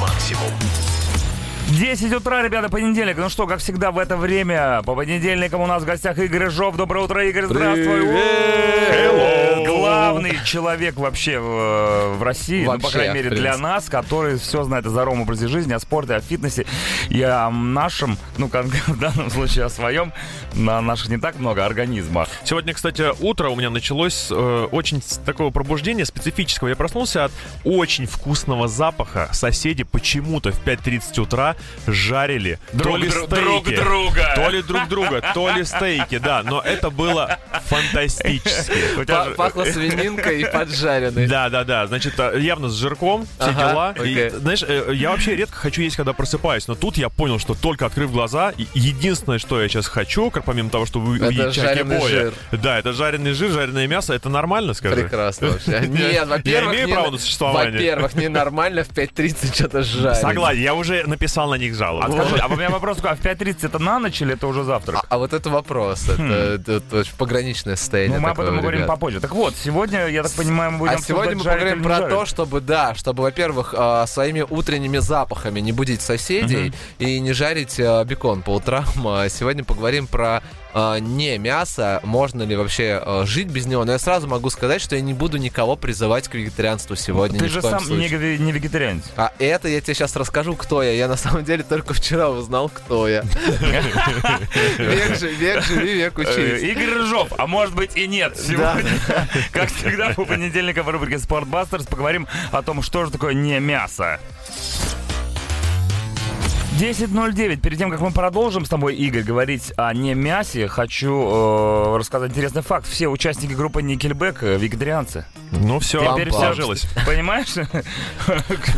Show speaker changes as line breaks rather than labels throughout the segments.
максимум.
10 утра, ребята, понедельник. Ну что, как всегда в это время, по понедельникам у нас в гостях Игорь Жов. Доброе утро, Игорь, здравствуй.
Привет.
Hello. Главный человек вообще э, в, в России, ну, по
Вообще,
крайней мере
в
для
принципе.
нас, который все знает о здоровом образе жизни, о спорте, о фитнесе и о нашем, ну, кон- в данном случае о своем, на наших не так много, организмах.
Сегодня, кстати, утро у меня началось э, очень с такого пробуждения специфического. Я проснулся от очень вкусного запаха. Соседи почему-то в 5.30 утра жарили то ли
друг-
стейки,
друг друга.
то ли друг друга, то ли стейки, да. Но это было фантастически.
У тебя
Па-
же-
Пахло свининкой и поджаренной.
Да, да, да. Значит, а, явно с жирком, все
Ага,
дела.
окей.
И, знаешь, э, я вообще редко хочу есть, когда просыпаюсь, но тут я понял, что только открыв глаза, и- единственное, что я сейчас хочу, как помимо того, чтобы
Это
увидеть чайки
жареный
боя.
жир.
Да, это жареный жир, жареное мясо, это нормально, скажи.
Прекрасно вообще. Нет, во-первых...
имею
не-
право на существование.
Во-первых, ненормально в 5.30 что-то жарить.
Согласен, я уже написал на них
А
жалобу.
скажи, а у меня вопрос такой, а в 5.30 это на ночь или это уже завтрак?
А, а вот это вопрос.
Хм.
Это, это очень пограничное состояние.
Ну, мы об
такое
этом
у
говорим
э, ребят.
попозже. Так вот, сегодня, я так понимаю, мы будем
а сегодня мы
обсуждать, жарить
поговорим
или не
про то,
жарить.
чтобы, да, чтобы, во-первых, э, своими утренними запахами не будить соседей и не жарить э, бекон по утрам. Э, Сегодня поговорим про э, не мясо, можно ли вообще э, жить без него. Но я сразу могу сказать, что я не буду никого призывать к вегетарианству сегодня. ни
Ты
в
же
коем
сам не,
случае.
ве- не вегетарианец.
А это я тебе сейчас расскажу, кто я. Я на самом деле только вчера узнал, кто я. Век же, век живи, век
Э,
учись.
Игорь Рыжов, а может быть и нет. Сегодня, как всегда, по понедельникам в рубрике «Спортбастерс» поговорим о том, что же такое не мясо. 10.09. Перед тем, как мы продолжим с тобой, Игорь, говорить о не мясе, хочу э, рассказать интересный факт. Все участники группы Никельбек э, вегетарианцы.
Ну все,
Теперь
Пам-пам.
все
сложилось.
Понимаешь?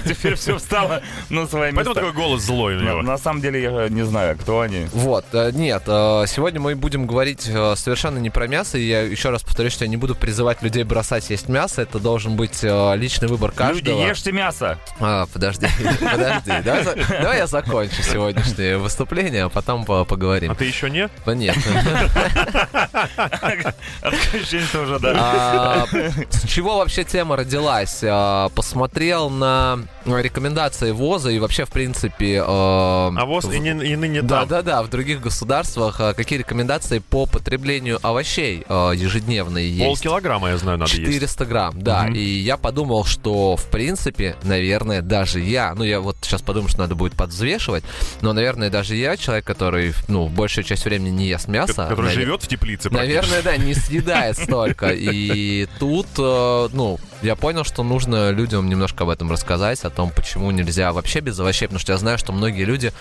Теперь все встало на свои
Поэтому
места.
такой голос злой у
На
него.
на самом деле я не знаю, кто они.
Вот, э, нет, э, сегодня мы будем говорить э, совершенно не про мясо, и я еще раз повторюсь, что я не буду призывать людей бросать есть мясо, это должен быть э, личный выбор каждого.
Люди, ешьте мясо.
А, подожди, подожди, давай, за- давай я закончу сегодняшнее выступление, а потом по-
А
поговорим.
ты еще не?
Да нет.
Отключение уже, да.
А, С чего вообще тема родилась? А, Посмотрел на рекомендации ВОЗа и вообще, в принципе...
А воз и, не, и ныне
Да,
там.
да, да. В других государствах а, какие рекомендации по потреблению овощей а, ежедневные есть?
Полкилограмма, я знаю, надо есть.
400 грамм, да.
Мгм.
И я подумал, что, в принципе, наверное, даже я, ну, я вот сейчас подумаю, что надо будет подвзвешивать, но, наверное, даже я, человек, который, ну, большую часть времени не ест мясо.
Ко- Который
навер-
живет в теплице практически.
Наверное, да, не съедает столько. И тут, э, ну, я понял, что нужно людям немножко об этом рассказать, о том, почему нельзя вообще без овощей, потому что я знаю, что многие люди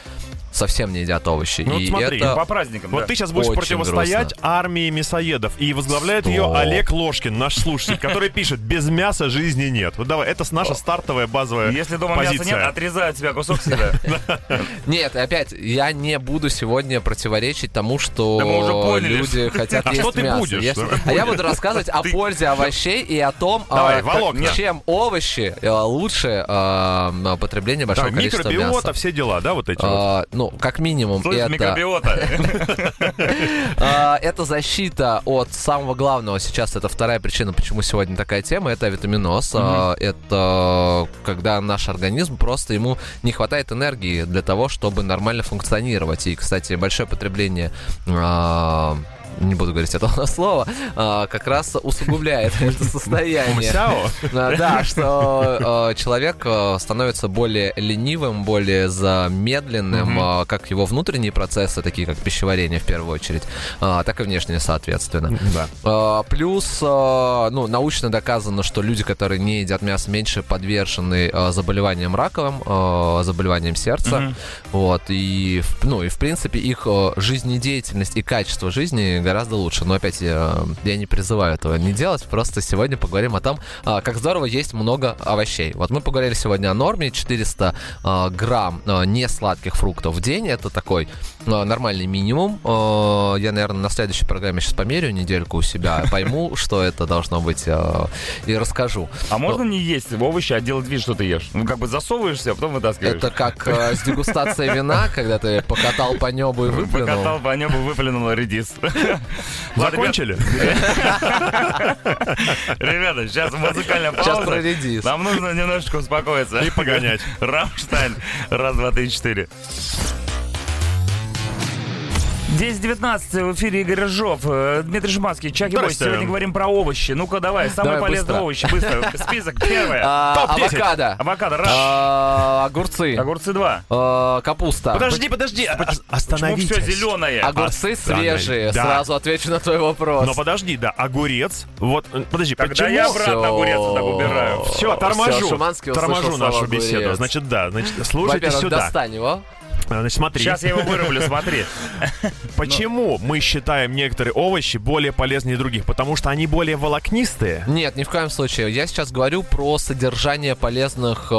совсем не едят овощи.
Ну вот
и
смотри,
это...
По праздникам,
Вот
да.
ты сейчас будешь
Очень
противостоять армии мясоедов. И возглавляет ее
Стоп.
Олег Ложкин, наш слушатель, который пишет, без мяса жизни нет. Вот давай, это наша стартовая базовая
Если дома
позиция.
мяса нет, отрезают себя кусок всегда.
Нет, и опять, я не буду сегодня противоречить тому, что
Да мы уже поняли,
люди хотят
А
есть
что ты
мясо.
будешь?
Я-
Что
А я буду рассказывать о
Ты-
пользе овощей и о том,
Давай,
а,
Волок,
как-
нет.
чем овощи э, лучше а, м, потребление большого
Так,
количества
микробиота,
мяса.
все дела, да, вот эти вот?
А, ну, как минимум,
Слышишь,
это,
микробиота.
а, это защита от самого главного. Сейчас это вторая причина, почему сегодня такая тема. Это витаминоз. А, это когда наш организм просто ему не хватает энергии для того, чтобы нормально функционировать. И, кстати, большое потребление а, не буду говорить этого слова, а, как раз усугубляет это состояние.
Сяо?
А, Да, что э, человек э, становится более ленивым, более замедленным, э, как его внутренние процессы, такие как пищеварение в первую очередь, а, так и внешние, соответственно.
Да.
А, Плюс, э, ну, научно доказано, что люди, которые не едят мясо, меньше подвержены э, заболеваниям раковым, э, заболеваниям сердца. Вот, и, в- ну, и в принципе их э, жизнедеятельность и качество жизни гораздо лучше. Но опять я, э, я не призываю этого не делать, просто сегодня поговорим о том, а, как здорово есть много овощей. Вот мы поговорили сегодня о норме 400 а, грамм а, несладких фруктов в день. Это такой а, нормальный минимум. А, Я, наверное, на следующей программе сейчас померяю недельку у себя, пойму, что это должно быть а, и расскажу.
А можно не есть овощи, а делать вид, что ты ешь? Ну, как бы засовываешься, а потом вытаскиваешь.
Это как а, с дегустацией вина, когда ты покатал по небу и выплюнул.
Покатал по небу, выплюнул редис.
Закончили?
Ребята, сейчас музыкальная
Сейчас
пауза.
проредис.
Нам нужно немножечко успокоиться.
И погонять.
Рамштайн. Раз, два, три, четыре. 10.19 в эфире Игорь Рыжов, э, Дмитрий Шиманский, Чак и Бойс.
Здрасте.
Сегодня говорим про овощи. Ну-ка, давай, самые
Давай
полезные
быстро.
овощи. Быстро. Список первое.
А,
Топ-10.
Авокадо.
Авокадо, раз.
А, Огурцы.
Огурцы два. Ну,
А, Капуста.
Подожди, подожди, о- о-
Почему
остановитесь.
все зеленое?
Огурцы
Останови-
свежие.
Да. Ну,
Сразу отвечу на твой вопрос.
Но подожди, да, огурец. Вот, э, подожди,
Тогда
почему?
я обратно огурец вот так убираю.
Все, торможу.
Всё, Шуманский услышал
торможу
слова
нашу беседу.
«огурец».
Значит, да, значит, слушайте
Во-первых,
сюда.
достань его.
А, Значит, смотри.
Сейчас я его вырублю, смотри.
Почему мы считаем некоторые овощи более полезные других? Потому что они более волокнистые.
Нет, ни в коем случае. Я сейчас говорю про содержание полезных э,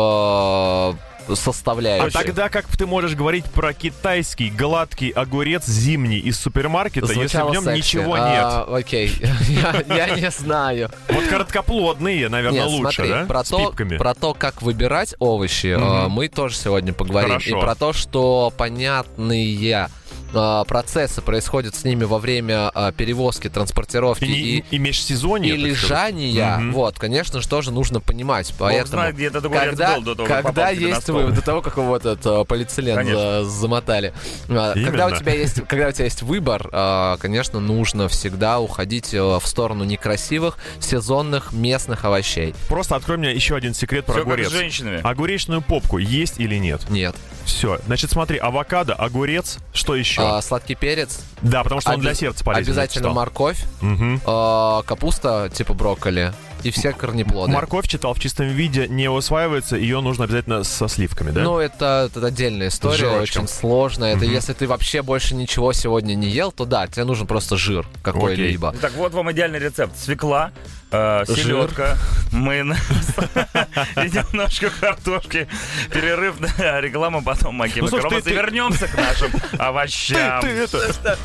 А
составляющих.
тогда как ты можешь говорить про китайский гладкий огурец зимний из супермаркета,
Звучало
если в нем
секси.
ничего
А, окей, я, я не знаю.
нет? Вот короткоплодные, наверное,
Нет,
лучше,
смотри,
да?
про,
С
то,
пипками.
про то, как выбирать овощи,
Мгм.
э, мы тоже сегодня поговорим.
Хорошо.
И про то, что понятные э, процессы происходят с ними во время э, перевозки, транспортировки
И,
и,
не- и межсезонье.
и
так сказать.
лежания.
Мгм.
Вот, конечно же, тоже нужно понимать.
Бог
Поэтому...
знает, где этот огурец
когда,
был до того, как
когда
попал тебе на
есть
стол.
вы до того, как его вот этот э, полиэтилен
Конечно.
э, замотали. А, Когда у
Именно.
тебя есть, когда у тебя есть выбор, э, конечно, нужно всегда уходить э, в сторону некрасивых сезонных местных овощей.
Просто открой мне еще один секрет про
Все как
огурец.
с женщинами.
Огуречную попку есть или нет?
Нет,
Все. Значит, смотри, авокадо, огурец, что еще?
А, сладкий перец,
да, потому что он
обе-
для сердца полезен. я
обязательно
читал.
морковь,
Мгм.
э, капуста типа брокколи и все корнеплоды.
Морковь читал в чистом виде, не усваивается, ее нужно обязательно со сливками, да?
Ну, это, это отдельная история,
жирочком.
очень сложная. Это
Мгм.
если ты вообще больше ничего сегодня не ел, то да, тебе нужен просто жир какой-либо.
Ну Так вот вам идеальный рецепт. Свекла, э,
Жир.
селедка, майонез и немножко картошки. Перерыв на рекламу, потом маки
Ну, слушай,
макароны.
ты-
И
ты-
вернемся к нашим овощам.
Ты это...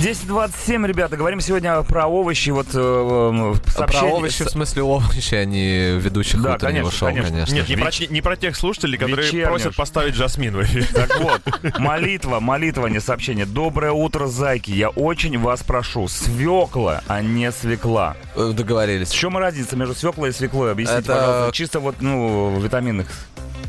10.27, ребята, говорим сегодня про овощи. Вот э, м, сообщение-
А Про овощи, в смысле овощи, а не ведущих
Да,
утреннего
конечно,
шоу,
конечно.
конечно.
Нет, не
Веч-
про, те- не про тех слушателей, которые
Вечерняя
просят
ж.
поставить Жасмин в эфир.
Так вот, молитва, молитва, а не сообщение. Доброе утро, зайки. Я очень вас прошу. Свекла, а не свекла.
Э,
В
Договорились.
чем разница между свеклой и свеклой? Объясните,
Это-
пожалуйста. Чисто вот, ну, витаминных.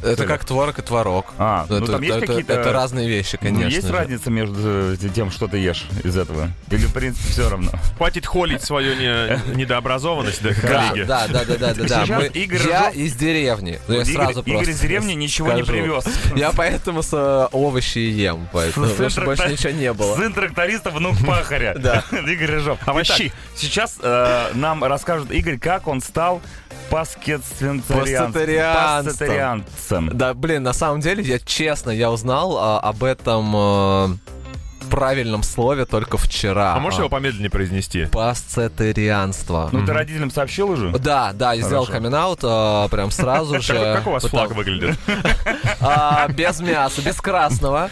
Это как творог и творог.
А, ну, там есть
это-
какие-то... Ну,
это разные вещи, конечно.
есть
же.
разница между э, тем, что ты ешь из этого? Или, в принципе, все равно?
Хватит холить свою не- недообразованность, да,
Да,
коллеги.
да, да, да, да, да, да.
Сейчас
Мы-
Игорь
Я
Рыжов-
из деревни. Ну, я
Вот Игорь,
сразу
Игорь
просто
из деревни ничего не
скажу.
привез.
Я поэтому с э, овощи и ем, поэтому
С- с
потому что Ну, больше
интернета-
ничего не было.
Сын тракториста, внук пахаря.
Да. А
Игорь Рыжов.
Овощи.
Итак, Сейчас э, нам расскажет Игорь, как он стал паскетсвинцарианцем.
Пасцетарианцем.
Пасцетарианцем.
Да, блин, на самом деле, я честно, я узнал а, об этом э, правильном слове только вчера.
А можешь его помедленнее произнести?
Пасцетарианство.
Ну, ты родителям сообщил уже?
Да, да, я сделал
Хорошо.
камин прям сразу же.
Как, как у вас
Потому-
флаг выглядит?
А, без мяса, без красного.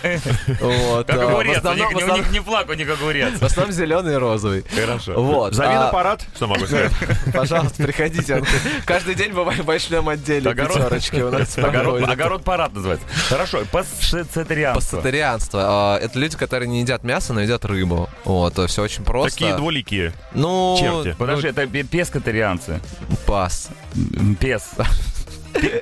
Вот.
Как
а, В
огурец. У
основном-
них-
в
у
основном-
них не флаг, у них огурец.
в основном зеленый и розовый.
Хорошо.
Вот.
Зови
а,
на парад, что могу сказать.
Пожалуйста, приходите. Он Каждый день бывает в большом отделе
Огород-
пятерочки у нас
Огород,
проходит.
огород парад называется. Хорошо, пасцетарианство.
Пастерианство. А, Это люди, которые не едят мясо, но едят рыбу. Вот, все очень просто.
Такие двуликие.
Ну,
черти.
Подожди, это пе- пескатарианцы.
пас.
М, Пес.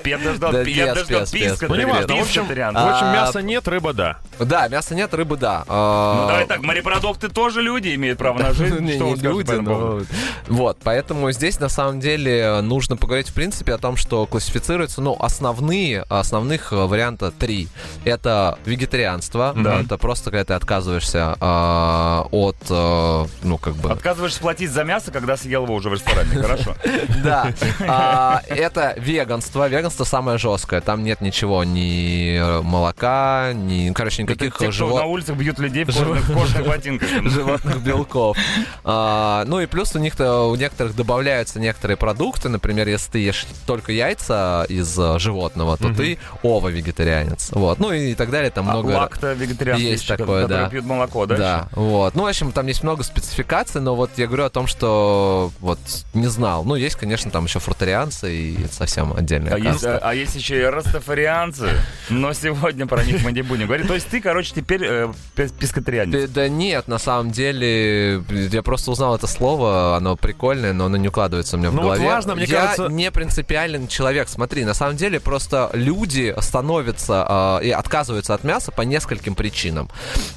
Пе- Я дождал,
Да
я
пес,
дождал
пес, пес.
Ну, не важно. В общем,
пескатарианцев.
в общем,
А,
мяса нет, рыба да.
Да, мяса нет, рыбы да. А,
Ну, давай так, морепродукты тоже люди имеют право на жизнь.
Не,
Что
не
вы скажете
люди,
по этому
но-
поводу?
Вот, поэтому здесь на самом деле нужно поговорить в принципе о том, что классифицируются, ну, основные, основных э, варианта три. Это вегетарианство,
Да.
это просто когда ты отказываешься э, от, э, ну, как бы...
Отказываешься платить за мясо, когда съел его уже в ресторане. Хорошо.
Да. А, Это веганство. Веганство самое жесткое. Там нет ничего, ни э, молока, ни, ну, короче,
Это
никаких
те, кто на
живо-
улицах бьют людей в кожаных- в кожаных ботинках.
животных белков. А, Ну и плюс у них то у некоторых добавляются некоторые продукты. Например, если ты ешь только яйца из э, животного, то ты ово вегетарианец. Вот. Ну и так далее. Там
А
много.
Лакто вегетарианцы,
Есть
еще,
такое,
которые
да.
пьют молоко, да?
Да, вот. Ну, в общем, там есть много спецификаций, но вот я говорю о том, что вот не знал. Ну, есть, конечно, там еще фрутарианцы, и это совсем отдельная
А есть,
кажется.
а- а есть еще и растафарианцы, но сегодня про них мы не будем говорить. То есть ты, короче, теперь э, пес- пескотарианец.
Да, да нет, на самом деле, я просто узнал это слово, оно прикольное, но оно не укладывается у меня в
Ну вот
голове.
важно, мне
я
кажется-
не принципиален человек. Смотри, на самом деле просто люди становятся э, и отказываются от мяса по нескольким причинам.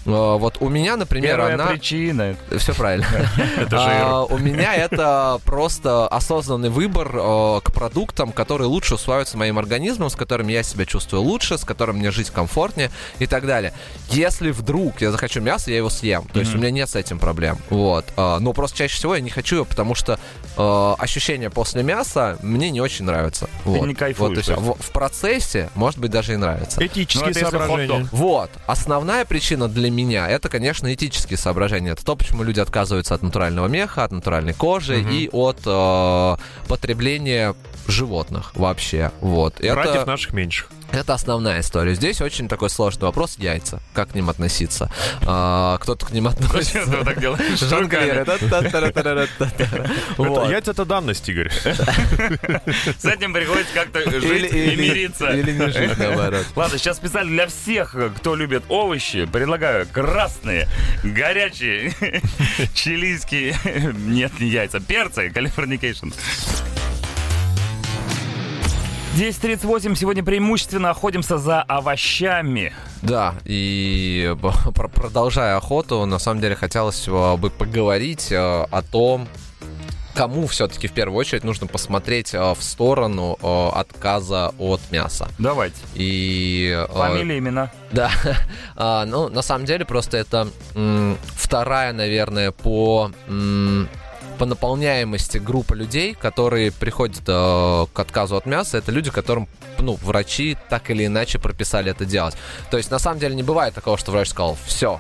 Э, вот у меня, например,
Первая
она...
причина.
Все правильно. А, У меня это просто осознанный выбор э, к продуктам, которые лучше усваиваются моим организмом, с которым я себя чувствую лучше, с которым мне жить комфортнее и так далее. Если вдруг я захочу мясо, я его съем. То есть у меня нет с этим проблем. Вот. А, Но просто чаще всего я не хочу его, потому что э, ощущение после мяса мне не очень нравится. Вот.
не кайфуешь,
Вот, то есть
то есть.
в- в процессе, может быть, даже и нравится.
Ну,
Этические
это если
соображения.
хот-дог.
Вот. Основная причина для меня это, конечно, этические соображения. Это то, почему люди отказываются от натурального меха, от натуральной кожи и от э, потребления животных вообще. Вот.
Братьев
Это,
наших меньших.
это основная история. Здесь очень такой сложный вопрос. Яйца. Как к ним относиться? А, кто-то к ним
Зачем
относится.
ты вот так делаешь?
Жонглеры.
Штанками.
Та-та-та-та-та-та-та.
Это-
Вот.
Яйца это данность, Игорь.
С этим приходится как-то
Или-
жить и
или-
мириться.
Или не жить, наоборот.
Ладно, сейчас специально для всех, кто любит овощи, предлагаю красные, горячие, чилийские, нет, не яйца, перцы, калифорникейшн. 10.38. Сегодня преимущественно охотимся за овощами.
Да, и б- про- продолжая охоту, на самом деле хотелось э, бы поговорить э, о том, кому все-таки в первую очередь нужно посмотреть э, в сторону э, отказа от мяса.
Давайте.
И э,
Фамилии, имена.
да. А, ну, на самом деле, просто это м, вторая, наверное, по, м, по наполняемости группа людей, которые приходят э, к отказу от мяса. Это люди, которым ну, врачи так или иначе прописали это делать. То есть, на самом деле, не бывает такого, что врач сказал, все,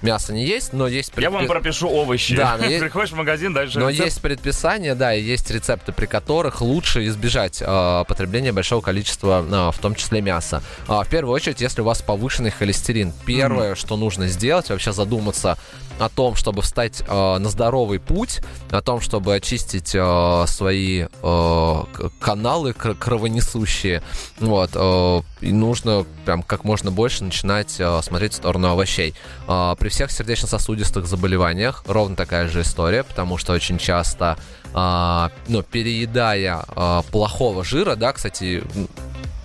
мясо не есть, но есть...
Я вам
предпи-
пропишу овощи.
Да, но есть-
Приходишь в магазин, дальше
но есть предписания, да, и есть рецепты, при которых лучше избежать э, потребления большого количества, э, в том числе мяса. А, в первую очередь, если у вас повышенный холестерин, первое, что нужно сделать, вообще задуматься о том, чтобы встать э, на здоровый путь, о том, чтобы очистить э, свои э, к- каналы кр- кровонесущие. Вот, э, и нужно прям как можно больше начинать э, смотреть в сторону овощей. А, При всех сердечно-сосудистых заболеваниях ровно такая же история, потому что очень часто, а, ну, переедая а, плохого жира, да, кстати, м,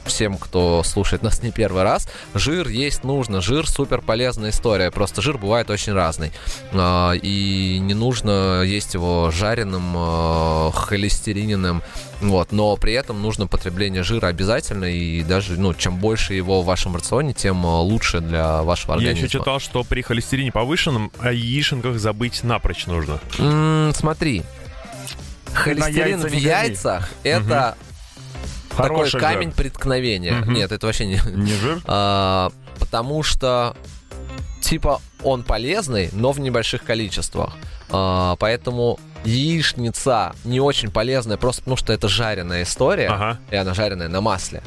всем, кто слушает нас не первый раз, жир есть нужно, жир супер полезная история, просто жир бывает очень разный, А, и не нужно есть его жареным, а, холестериненным, вот, но при этом нужно потребление жира обязательно, и даже, ну, чем больше его в вашем рационе, тем а, лучше для вашего
Я
организма.
еще читал, что при холестерине повышенном о яишенках забыть напрочь нужно.
М, смотри.
На
Холестерин
яйца
в
не гони.
яйцах это такой
Хороший
камень
жир.
преткновения.
Мгм.
Нет, это вообще не.
Не жир?
А, потому что типа он полезный, но в небольших количествах. А, поэтому яичница не очень полезная, просто потому что это жареная история,
Ага.
и она жареная на масле.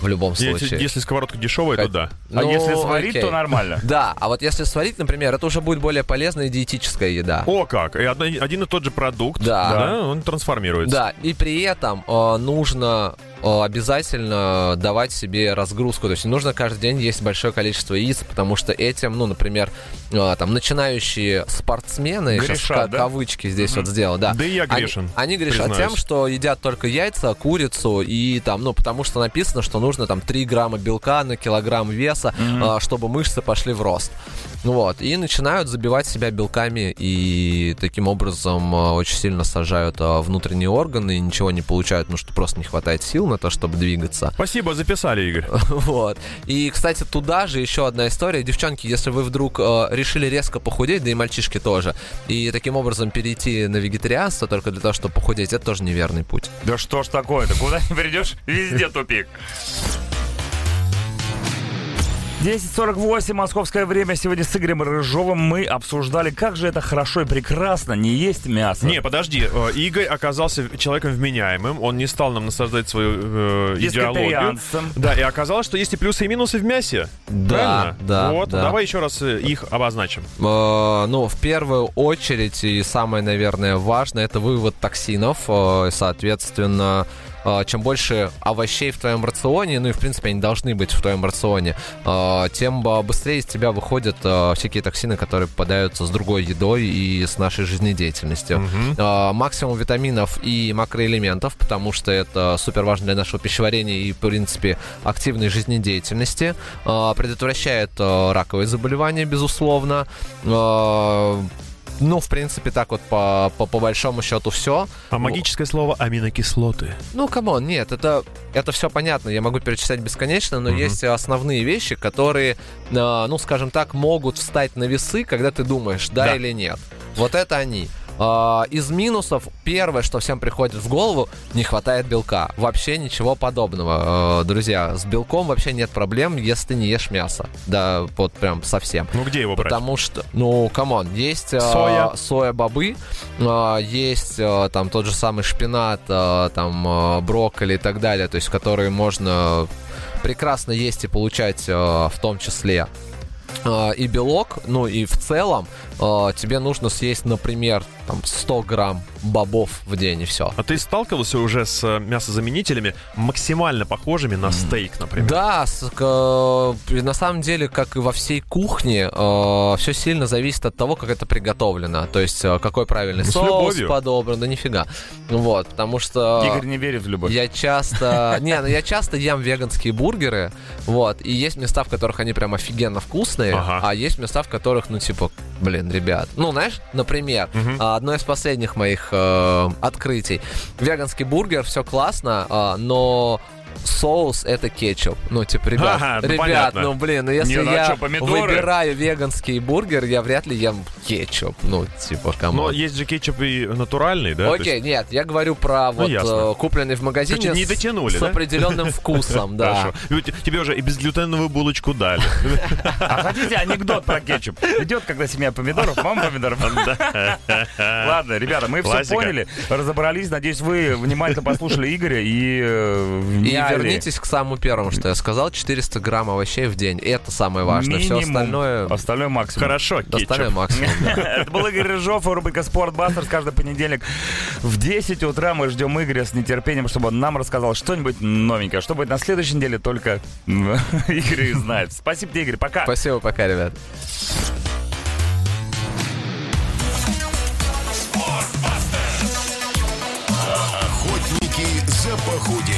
В любом
Если,
случае.
если сковородка дешевая, то
Как-
да.
А
Ну,
если сварить,
окей.
то нормально.
Да, а вот если сварить, например, это уже будет более полезная диетическая еда.
О, как! И одна- один и тот же продукт,
Да.
да, он трансформируется.
Да, и при этом э, нужно э, обязательно давать себе разгрузку. То есть не нужно каждый день есть большое количество яиц, потому что этим, ну, например, э, там начинающие спортсмены, я сейчас
Грешат,
ка-
да?
кавычки здесь вот сделал, да.
Да и я
Они-
грешен.
Они, грешат
признаюсь.
тем, что едят только яйца, курицу и там, ну, потому что написано, что нужно там 3 грамма белка на килограмм веса, а, чтобы мышцы пошли в рост. Вот. И начинают забивать себя белками и таким образом а, очень сильно сажают а, внутренние органы и ничего не получают, ну что просто не хватает сил на то, чтобы двигаться.
Спасибо, записали, Игорь.
Вот. И, кстати, туда же еще одна история. Девчонки, если вы вдруг э, решили резко похудеть, да и мальчишки тоже, и таким образом перейти на вегетарианство только для того, чтобы похудеть, это тоже неверный путь.
Да что ж такое-то? Куда не придешь, везде тупик. 10.48, московское время. Сегодня с Игорем Рыжовым мы обсуждали, как же это хорошо и прекрасно не есть мясо.
Не, подожди, э, Игорь оказался человеком вменяемым, он не стал нам насаждать свою э, идеологию.
Пескотарианцем.
Да, и оказалось, что есть и плюсы, и минусы в мясе.
Да,
Правильно?
да,
Вот,
да.
давай еще раз э, их обозначим.
Э, ну, в первую очередь, и самое, наверное, важное, это вывод токсинов, э, и, соответственно, э, э, чем больше овощей в твоем рационе, ну и в принципе они должны быть в твоем рационе, э, тем э, быстрее из тебя выходят э, всякие токсины, которые попадаются с другой едой и с нашей жизнедеятельностью.
Мгм.
Э, максимум витаминов и макроэлементов, потому что это супер важно для нашего пищеварения и, в принципе, активной жизнедеятельности. Э, Предотвращает э, раковые заболевания, безусловно. Э, Ну, в принципе, так вот по, по, по большому счету все.
А магическое слово аминокислоты.
Ну, камон, нет, это, это все понятно, я могу перечислять бесконечно, но
Мгм.
есть основные вещи, которые, э, ну, скажем так, могут встать на весы, когда ты думаешь, да,
Да.
или нет. Вот это они. А, Из минусов первое, что всем приходит в голову, не хватает белка. Вообще ничего подобного. Э, Друзья, с белком вообще нет проблем, если ты не ешь мясо. Да, вот прям совсем.
Ну где его брать?
Потому что, ну, камон, есть э,
Соя.
соя-бобы, э, есть э, там тот же самый шпинат, э, там э, брокколи и так далее, то есть которые можно прекрасно есть и получать э, в том числе э, и белок, ну и в целом э, тебе нужно съесть, например, там 100 грамм бобов в день и все.
А ты сталкивался уже с э, мясозаменителями, максимально похожими на стейк, например?
Да, с- к- э, на самом деле, как и во всей кухне, все сильно зависит от того, как это приготовлено. То есть, э, какой правильный
Ну, с
соус
любовью.
подобран, да нифига. Ну Вот, потому
а,
что...
Игорь не верит в любовь.
Я часто... Не, ну я часто ем веганские бургеры, вот, и есть места, в которых они прям офигенно вкусные,
Ага.
а есть места, в которых, ну, типа, блин, ребят. Ну, знаешь, например,
Мгм.
а, одно из последних моих э, открытий. Веганский бургер, все классно, а, но соус это кетчуп. Ну, типа, ребят,
Ага, ну,
ребят,
понятно.
ну, блин, ну, если
Не, ну, а
я
чё, помидоры?
выбираю веганский бургер, я вряд ли ем кетчуп. Ну, типа, камон.
Но есть же кетчуп и натуральный, да? Ну,
Окей, нет, я говорю про вот
ясно.
э, купленный в магазине
Короче, не
с-
дотянули,
с
да?
определенным вкусом,
То есть-
да.
Хорошо. И у те- Тебе уже и безглютеновую булочку дали.
А хотите анекдот про кетчуп? Идет, когда семья помидоров, мама помидоров. Ладно, ребята, мы все
Классика.
поняли, разобрались. Надеюсь, вы внимательно послушали Игоря и э,
И
вняли.
вернитесь к самому первому, что я сказал, 400 грамм овощей в день. Это самое важное. Все
Минимум.
остальное...
Остальное максимум.
Хорошо,
Остальное
кетчуп.
максимум.
Это был Игорь Рыжов и рубрика «Спортбастерс». Каждый понедельник в 10 утра мы ждем Игоря с нетерпением, чтобы он нам рассказал что-нибудь новенькое. Что будет на следующей неделе, только м, Игорь и знает. Спасибо тебе, Игорь. Пока.
Спасибо, пока, ребят.
Охотники за похудением.